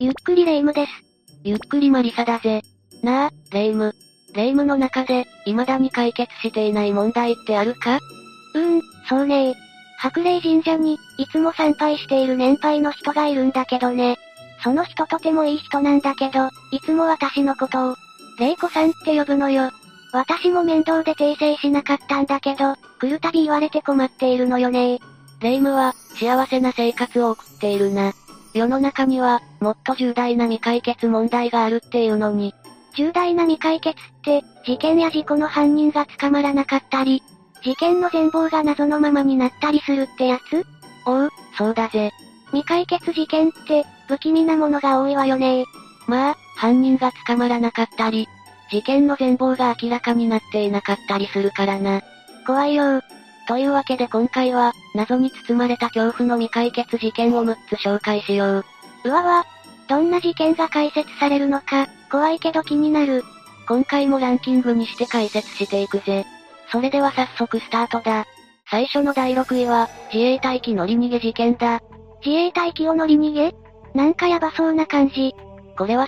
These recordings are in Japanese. ゆっくりレ夢ムです。ゆっくりマリサだぜ。なあ、レ夢ム。レ夢ムの中で、未だに解決していない問題ってあるかうーん、そうねー。白霊神社に、いつも参拝している年配の人がいるんだけどね。その人とてもいい人なんだけど、いつも私のことを、霊子さんって呼ぶのよ。私も面倒で訂正しなかったんだけど、来るたび言われて困っているのよねー。レ夢ムは、幸せな生活を送っているな。世の中には、もっと重大な未解決問題があるっていうのに、重大な未解決って、事件や事故の犯人が捕まらなかったり、事件の全貌が謎のままになったりするってやつおう、そうだぜ。未解決事件って、不気味なものが多いわよねー。まあ、犯人が捕まらなかったり、事件の全貌が明らかになっていなかったりするからな。怖いよー。というわけで今回は、謎に包まれた恐怖の未解決事件を6つ紹介しよう。うわわ。どんな事件が解説されるのか、怖いけど気になる。今回もランキングにして解説していくぜ。それでは早速スタートだ。最初の第6位は、自衛隊機乗り逃げ事件だ。自衛隊機を乗り逃げなんかやばそうな感じ。これは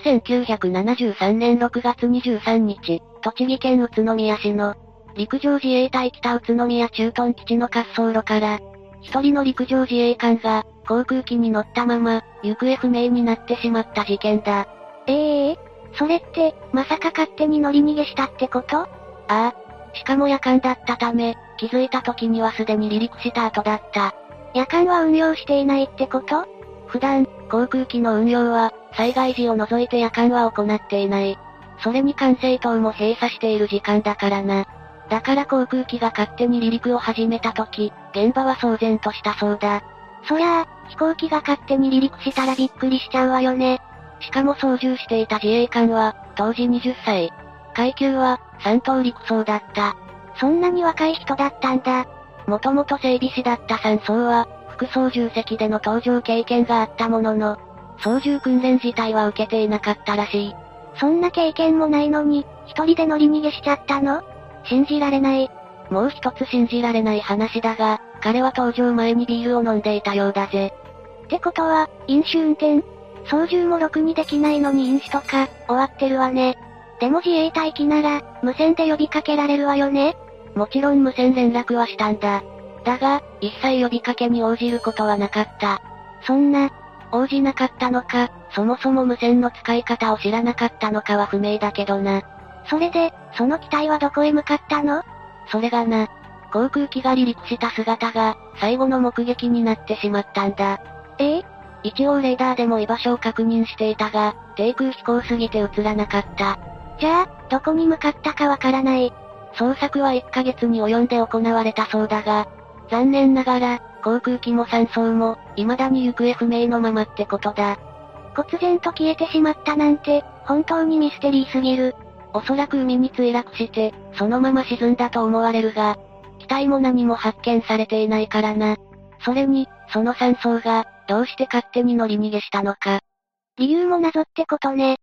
1973年6月23日、栃木県宇都宮市の、陸上自衛隊北宇都宮駐屯基地の滑走路から、一人の陸上自衛官が、航空機に乗ったまま、行方不明になってしまった事件だ。ええそれって、まさか勝手に乗り逃げしたってことああ、しかも夜間だったため、気づいた時にはすでに離陸した後だった。夜間は運用していないってこと普段、航空機の運用は、災害時を除いて夜間は行っていない。それに管制塔も閉鎖している時間だからな。だから航空機が勝手に離陸を始めた時、現場は騒然としたそうだ。そりゃあ、飛行機が勝手に離陸したらびっくりしちゃうわよね。しかも操縦していた自衛官は、当時20歳。階級は、3等陸曹だった。そんなに若い人だったんだ。もともと整備士だった3曹は、副操縦席での搭乗経験があったものの、操縦訓練自体は受けていなかったらしい。そんな経験もないのに、一人で乗り逃げしちゃったの信じられない。もう一つ信じられない話だが、彼は搭乗前にビールを飲んでいたようだぜ。ってことは、飲酒運転操縦もろくにできないのに飲酒とか、終わってるわね。でも自衛隊機なら、無線で呼びかけられるわよね。もちろん無線連絡はしたんだ。だが、一切呼びかけに応じることはなかった。そんな、応じなかったのか、そもそも無線の使い方を知らなかったのかは不明だけどな。それで、その機体はどこへ向かったのそれがな、航空機が離陸した姿が、最後の目撃になってしまったんだ。ええ一応レーダーでも居場所を確認していたが、低空飛行すぎて映らなかった。じゃあ、どこに向かったかわからない。捜索は1ヶ月に及んで行われたそうだが、残念ながら、航空機も山荘も、未だに行方不明のままってことだ。忽然と消えてしまったなんて、本当にミステリーすぎる。おそらく海に墜落して、そのまま沈んだと思われるが、機体も何も発見されていないからな。それに、その山荘が、どうして勝手に乗り逃げしたのか。理由も謎ってことね。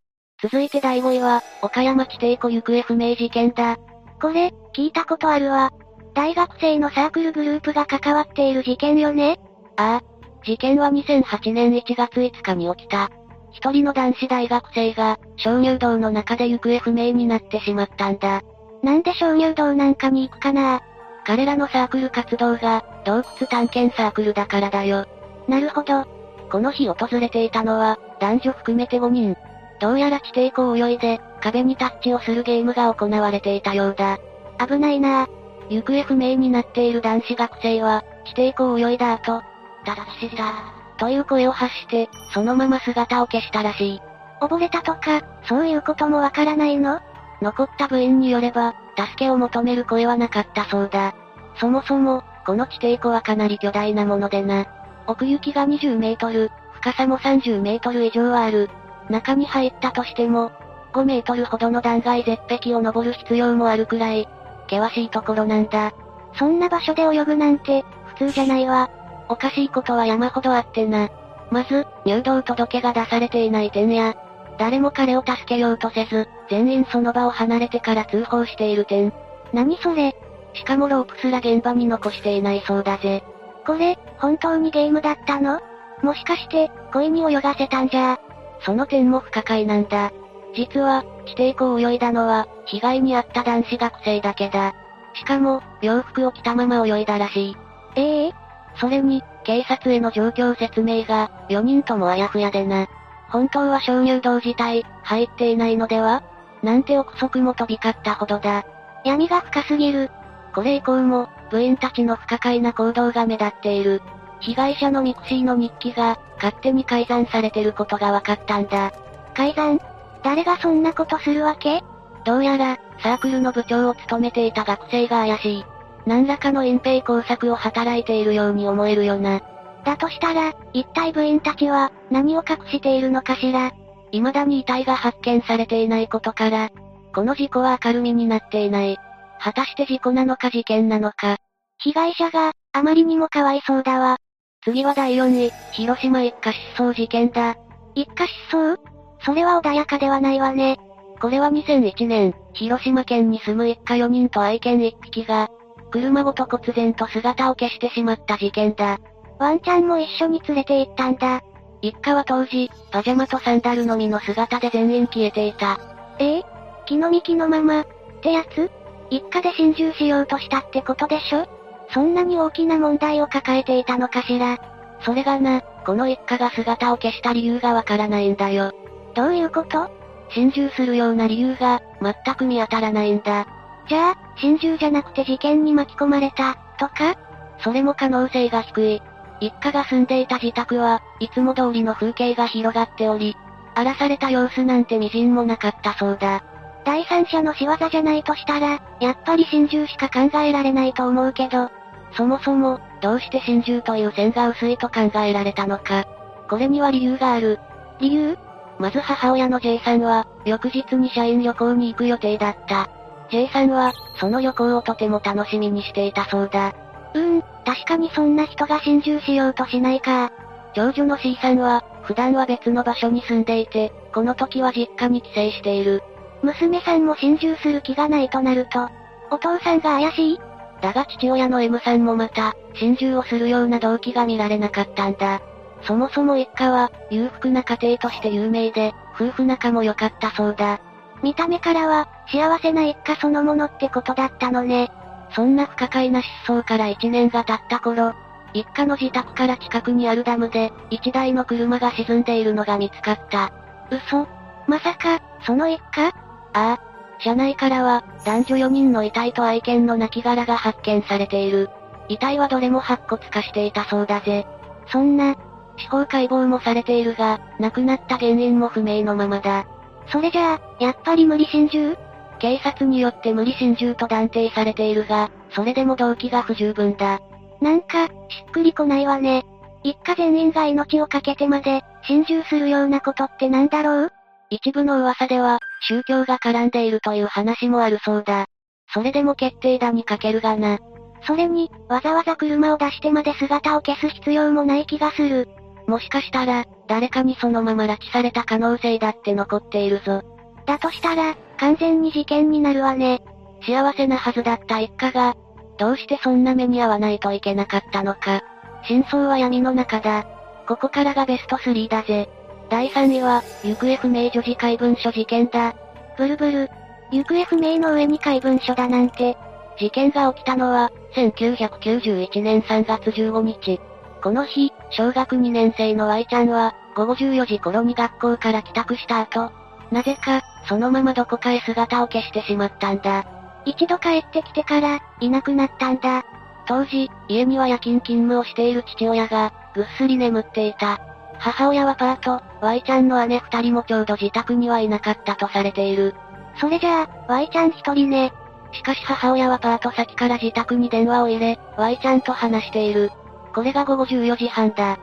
続いて第5位は、岡山地底湖行方不明事件だ。これ、聞いたことあるわ。大学生のサークルグループが関わっている事件よね。ああ、事件は2008年1月5日に起きた。一人の男子大学生が、鍾乳洞の中で行方不明になってしまったんだ。なんで鍾乳洞なんかに行くかな彼らのサークル活動が、洞窟探検サークルだからだよ。なるほど。この日訪れていたのは、男女含めて5人。どうやら地底湖を泳いで、壁にタッチをするゲームが行われていたようだ。危ないな行方不明になっている男子学生は、地底湖を泳いだ後、ただした、という声を発して、そのまま姿を消したらしい。溺れたとか、そういうこともわからないの残った部員によれば、助けを求める声はなかったそうだ。そもそも、この地底湖はかなり巨大なものでな。奥行きが20メートル、深さも30メートル以上はある。中に入ったとしても、5メートルほどの断崖絶壁を登る必要もあるくらい、険しいところなんだ。そんな場所で泳ぐなんて、普通じゃないわ。おかしいことは山ほどあってな。まず、入道届が出されていない点や、誰も彼を助けようとせず、全員その場を離れてから通報している点。何それしかもロープすら現場に残していないそうだぜ。これ、本当にゲームだったのもしかして、恋に泳がせたんじゃ。その点も不可解なんだ。実は、地底湖を泳いだのは、被害に遭った男子学生だけだ。しかも、洋服を着たまま泳いだらしい。ええそれに、警察への状況説明が、4人ともあやふやでな。本当は鍾乳洞自体、入っていないのではなんて憶測も飛び交ったほどだ。闇が深すぎる。これ以降も、部員たちの不可解な行動が目立っている。被害者のミクシーの日記が、勝手に改ざんされてることが分かったんだ。改ざん誰がそんなことするわけどうやら、サークルの部長を務めていた学生が怪しい。何らかの隠蔽工作を働いているように思えるよな。だとしたら、一体部員たちは、何を隠しているのかしら。未だに遺体が発見されていないことから、この事故は明るみになっていない。果たして事故なのか事件なのか。被害者が、あまりにもかわいそうだわ。次は第4位、広島一家失踪事件だ。一家失踪それは穏やかではないわね。これは2001年、広島県に住む一家4人と愛犬1匹が、車ごと忽然と姿を消してしまった事件だ。ワンちゃんも一緒に連れて行ったんだ。一家は当時、パジャマとサンダルのみの姿で全員消えていた。ええ気の幹のまま、ってやつ一家で侵入しようとしたってことでしょそんなに大きな問題を抱えていたのかしら。それがな、この一家が姿を消した理由がわからないんだよ。どういうこと侵入するような理由が、全く見当たらないんだ。じゃあ、心中じゃなくて事件に巻き込まれた、とかそれも可能性が低い。一家が住んでいた自宅はいつも通りの風景が広がっており、荒らされた様子なんて微塵もなかったそうだ。第三者の仕業じゃないとしたら、やっぱり心中しか考えられないと思うけど、そもそも、どうして心中という線が薄いと考えられたのか。これには理由がある。理由まず母親の J さんは、翌日に社員旅行に行く予定だった。J さんは、その旅行をとても楽しみにしていたそうだ。うーん、確かにそんな人が心中しようとしないか。長女の C さんは、普段は別の場所に住んでいて、この時は実家に帰省している。娘さんも心中する気がないとなると、お父さんが怪しいだが父親の M さんもまた、心中をするような動機が見られなかったんだ。そもそも一家は、裕福な家庭として有名で、夫婦仲も良かったそうだ。見た目からは、幸せな一家そのものってことだったのね。そんな不可解な失踪から1年が経った頃、一家の自宅から近くにあるダムで、一台の車が沈んでいるのが見つかった。嘘まさか、その一家ああ、車内からは、男女4人の遺体と愛犬の亡骸が発見されている。遺体はどれも白骨化していたそうだぜ。そんな、司法解剖もされているが、亡くなった原因も不明のままだ。それじゃあ、やっぱり無理心中警察によって無理心中と断定されているが、それでも動機が不十分だ。なんか、しっくりこないわね。一家全員が命を懸けてまで、心中するようなことってなんだろう一部の噂では、宗教が絡んでいるという話もあるそうだ。それでも決定打に欠けるがな。それに、わざわざ車を出してまで姿を消す必要もない気がする。もしかしたら、誰かにそのまま拉致された可能性だって残っているぞ。だとしたら、完全に事件になるわね。幸せなはずだった一家が、どうしてそんな目に遭わないといけなかったのか。真相は闇の中だ。ここからがベスト3だぜ。第3位は、行方不明女児怪文書事件だ。ブルブル。行方不明の上に怪文書だなんて、事件が起きたのは、1991年3月15日。この日、小学2年生の Y ちゃんは、午後14時頃に学校から帰宅した後、なぜか、そのままどこかへ姿を消してしまったんだ。一度帰ってきてから、いなくなったんだ。当時、家には夜勤勤務をしている父親が、ぐっすり眠っていた。母親はパート、Y ちゃんの姉二人もちょうど自宅にはいなかったとされている。それじゃあ、Y ちゃん一人ね。しかし母親はパート先から自宅に電話を入れ、Y ちゃんと話している。これが午後14時半だ。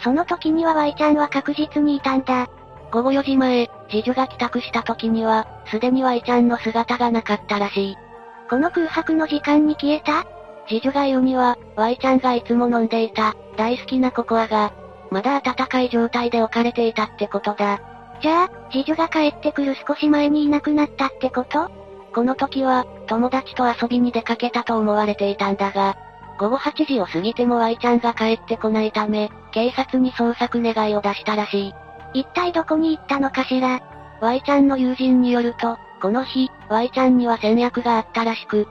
その時には Y ちゃんは確実にいたんだ。午後4時前、次女が帰宅した時には、すでに Y ちゃんの姿がなかったらしい。この空白の時間に消えた次女が言うには、Y ちゃんがいつも飲んでいた、大好きなココアが、まだ温かい状態で置かれていたってことだ。じゃあ、次女が帰ってくる少し前にいなくなったってことこの時は、友達と遊びに出かけたと思われていたんだが、午後8時を過ぎても Y ちゃんが帰ってこないため、警察に捜索願いを出したらしい。一体どこに行ったのかしら。 Y ちゃんの友人によると、この日、Y ちゃんには戦略があったらしく、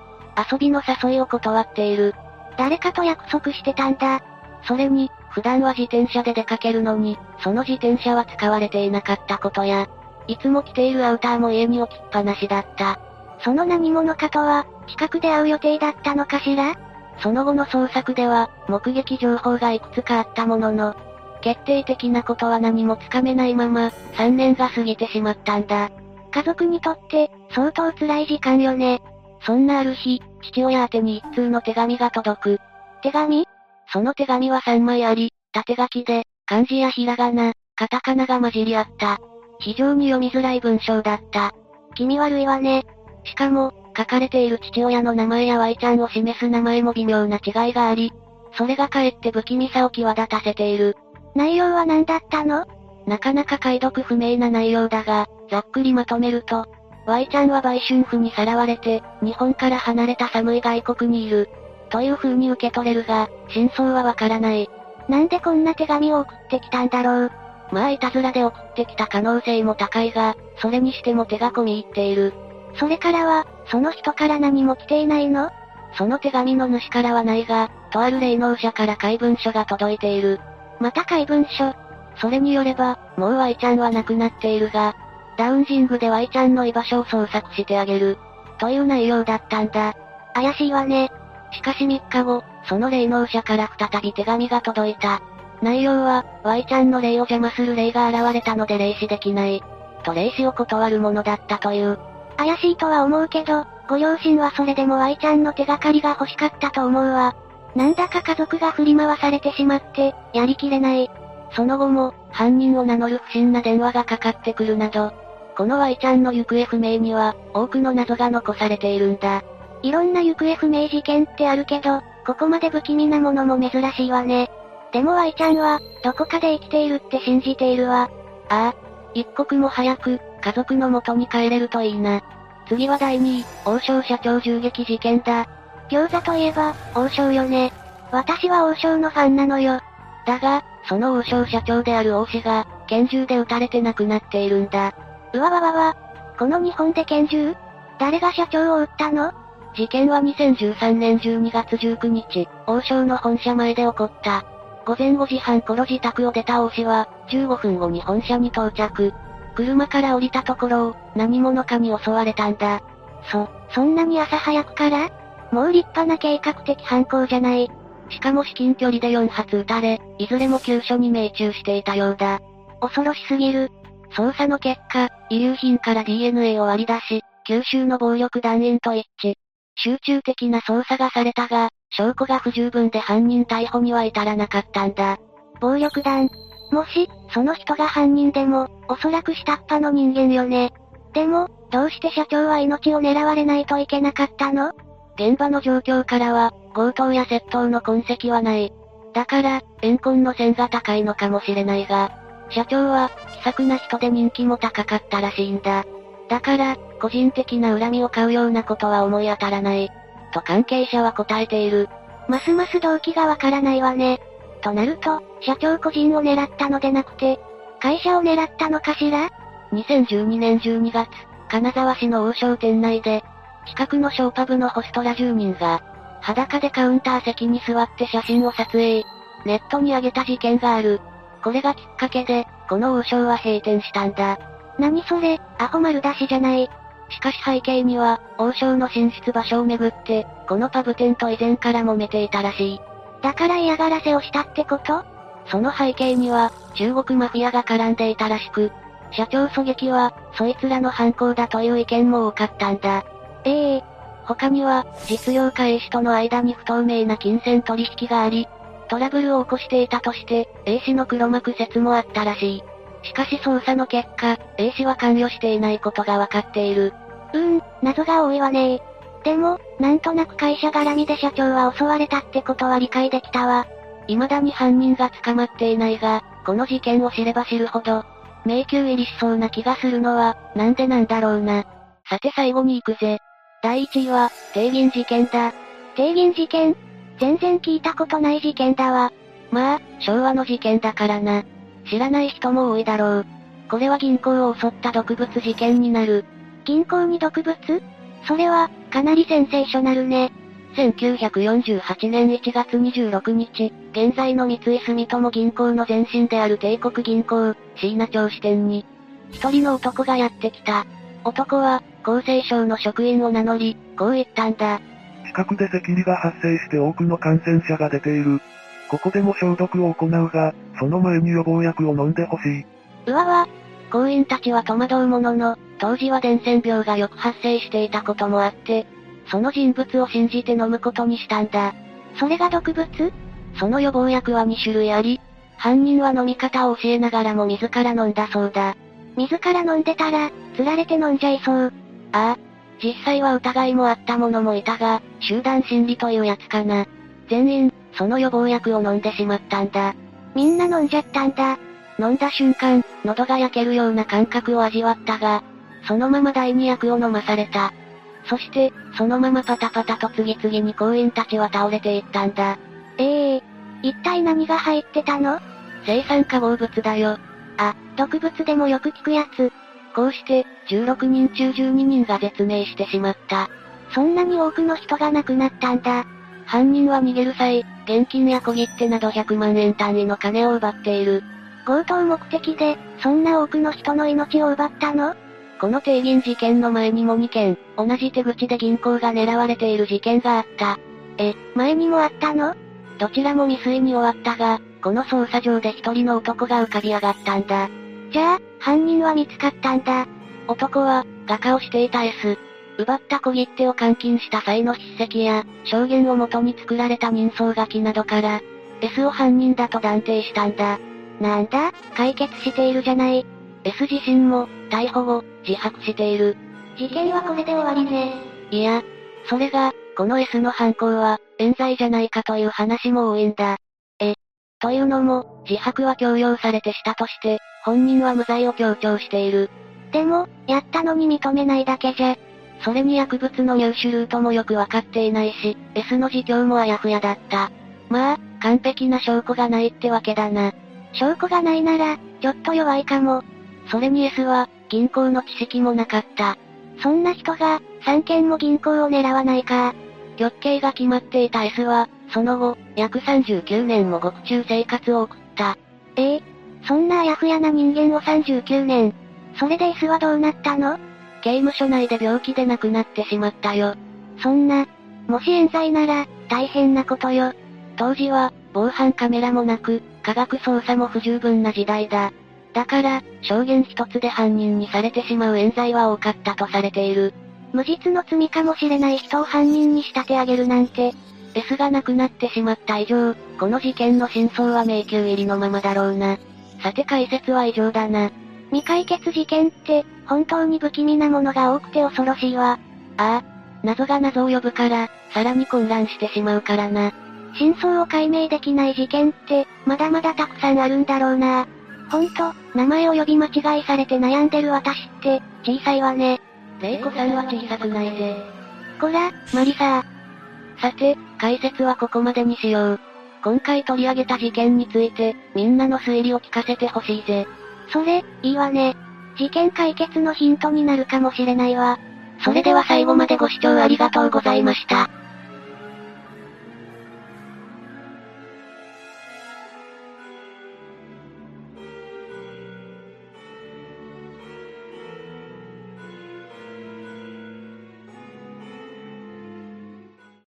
遊びの誘いを断っている。誰かと約束してたんだ。それに、普段は自転車で出かけるのに、その自転車は使われていなかったことや、いつも着ているアウターも家に置きっぱなしだった。その何者かとは、近くで会う予定だったのかしらその後の捜索では、目撃情報がいくつかあったものの、決定的なことは何もつかめないまま、3年が過ぎてしまったんだ。家族にとって、相当辛い時間よね。そんなある日、父親宛てに一通の手紙が届く。手紙その手紙は3枚あり、縦書きで、漢字やひらがな、カタカナが混じり合った。非常に読みづらい文章だった。気味悪いわね。しかも、書かれている父親の名前や Y ちゃんを示す名前も微妙な違いがあり、それがかえって不気味さを際立たせている。内容は何だったのなかなか解読不明な内容だが、ざっくりまとめると、Y ちゃんは売春婦にさらわれて、日本から離れた寒い外国にいる。という風に受け取れるが、真相はわからない。なんでこんな手紙を送ってきたんだろう。まあいたずらで送ってきた可能性も高いが、それにしても手が込み入っている。それからは、その人から何も来ていないのその手紙の主からはないが、とある霊能者から怪文書が届いている。また怪文書。それによれば、もう Y ちゃんは亡くなっているが、ダウンジングで Y ちゃんの居場所を捜索してあげる。という内容だったんだ。怪しいわね。しかし3日後、その霊能者から再び手紙が届いた。内容は、Y ちゃんの霊を邪魔する霊が現れたので霊視できない。と霊視を断るものだったという。怪しいとは思うけど、ご両親はそれでも Y ちゃんの手がかりが欲しかったと思うわ。なんだか家族が振り回されてしまって、やりきれない。その後も、犯人を名乗る不審な電話がかかってくるなど、この Y ちゃんの行方不明には、多くの謎が残されているんだ。いろんな行方不明事件ってあるけど、ここまで不気味なものも珍しいわね。でも Y ちゃんは、どこかで生きているって信じているわ。ああ、一刻も早く、家族の元に帰れるといいな。次は第2位、王将社長銃撃事件だ。餃子といえば、王将よね。私は王将のファンなのよ。だが、その王将社長である王氏が、拳銃で撃たれて亡くなっているんだ。うわわわわ。この日本で拳銃誰が社長を撃ったの事件は2013年12月19日、王将の本社前で起こった。午前5時半頃自宅を出た王氏は、15分後に本社に到着。車から降りたところを、何者かに襲われたんだ。そ、そんなに朝早くからもう立派な計画的犯行じゃない。しかも至近距離で4発撃たれ、いずれも急所に命中していたようだ。恐ろしすぎる。捜査の結果、遺留品から DNA を割り出し、九州の暴力団員と一致。集中的な捜査がされたが、証拠が不十分で犯人逮捕には至らなかったんだ。暴力団。もし、その人が犯人でも、おそらく下っ端の人間よね。でも、どうして社長は命を狙われないといけなかったの現場の状況からは、強盗や窃盗の痕跡はない。だから、怨恨の線が高いのかもしれないが、社長は、気さくな人で人気も高かったらしいんだ。だから、個人的な恨みを買うようなことは思い当たらない。と関係者は答えている。ますます動機がわからないわね。となると、社長個人を狙ったのでなくて、会社を狙ったのかしら2012年12月、金沢市の王将店内で、近くのショーパブのホストら10人が、裸でカウンター席に座って写真を撮影。ネットに上げた事件がある。これがきっかけで、この王将は閉店したんだ。何それ、アホ丸出しじゃない。しかし背景には、王将の進出場所をめぐって、このパブ店と以前から揉めていたらしい。だから嫌がらせをしたってことその背景には、中国マフィアが絡んでいたらしく、社長狙撃は、そいつらの犯行だという意見も多かったんだ。ええ他には、実業家 A 氏との間に不透明な金銭取引があり、トラブルを起こしていたとして、A 氏の黒幕説もあったらしい。しかし捜査の結果、A 氏は関与していないことが分かっている。うーん、謎が多いわねでも、なんとなく会社絡みで社長は襲われたってことは理解できたわ。未だに犯人が捕まっていないが、この事件を知れば知るほど、迷宮入りしそうな気がするのは、なんでなんだろうな。さて最後に行くぜ。第1位は、帝銀事件だ。定銀事件全然聞いたことない事件だわ。まあ、昭和の事件だからな。知らない人も多いだろう。これは銀行を襲った毒物事件になる。銀行に毒物それは、かなりセンセーショナルね。 1948年1月26日、現在の三井住友銀行の前身である帝国銀行、椎名町支店に、一人の男がやってきた。男は、厚生省の職員を名乗り、こう言ったんだ。近くで赤痢が発生して多くの感染者が出ている。ここでも消毒を行うが、その前に予防薬を飲んでほしい。うわわ。行員たちは戸惑うものの、当時は伝染病がよく発生していたこともあって、その人物を信じて飲むことにしたんだ。それが毒物その予防薬は2種類あり、犯人は飲み方を教えながらも自ら飲んだそうだ。自ら飲んでたら、釣られて飲んじゃいそう。ああ、実際は疑いもあった者もいたが、集団心理というやつかな。全員、その予防薬を飲んでしまったんだ。みんな飲んじゃったんだ。飲んだ瞬間、喉が焼けるような感覚を味わったが、そのまま第二薬を飲まされた。そして、そのままパタパタと次々に行員たちは倒れていったんだ。ええ一体何が入ってたの生産化合物だよ。毒物でもよく聞くやつ。こうして、16人中12人が絶命してしまった。そんなに多くの人が亡くなったんだ。犯人は逃げる際、現金や小切手など100万円単位の金を奪っている。強盗目的で、そんな多くの人の命を奪ったのこの定銀事件の前にも2件、同じ手口で銀行が狙われている事件があった。え、前にもあったのどちらも未遂に終わったが、この捜査上で一人の男が浮かび上がったんだ。じゃあ、犯人は見つかったんだ。男は、画家をしていた S。奪った小切手を監禁した際の筆跡や、証言をもとに作られた人相書きなどから、S を犯人だと断定したんだ。なんだ、解決しているじゃない。 S 自身も、逮捕後、自白している。事件はこれで終わりね。いや、それが、この S の犯行は、冤罪じゃないかという話も多いんだ。え、というのも、自白は強要されてしたとして、本人は無罪を強調している。でも、やったのに認めないだけじゃ、それに薬物の入手ルートもよくわかっていないし、S の自供もあやふやだった。まあ、完璧な証拠がないってわけだな。証拠がないなら、ちょっと弱いかも。それに S は、銀行の知識もなかった。そんな人が、3件も銀行を狙わないか。極刑が決まっていた S は、その後、約39年も獄中生活を送った。ええそんなあやふやな人間を39年。それで S はどうなったの刑務所内で病気で亡くなってしまったよ。そんな、もし冤罪なら、大変なことよ。当時は、防犯カメラもなく、科学捜査も不十分な時代だ。だから、証言一つで犯人にされてしまう冤罪は多かったとされている。無実の罪かもしれない人を犯人に仕立て上げるなんて、 S が亡くなってしまった以上、この事件の真相は迷宮入りのままだろうな。さて解説は以上だな。未解決事件って、本当に不気味なものが多くて恐ろしいわ。ああ、謎が謎を呼ぶから、さらに混乱してしまうからな。真相を解明できない事件って、まだまだたくさんあるんだろうな。ほんと、名前を呼び間違いされて悩んでる私って、小さいわね。玲子さんは小さくないぜ。こら、マリサさて、解説はここまでにしよう。今回取り上げた事件について、みんなの推理を聞かせてほしいぜ。ー、それ、いいわね。事件解決のヒントになるかもしれないわ。それでは最後までご視聴ありがとうございました。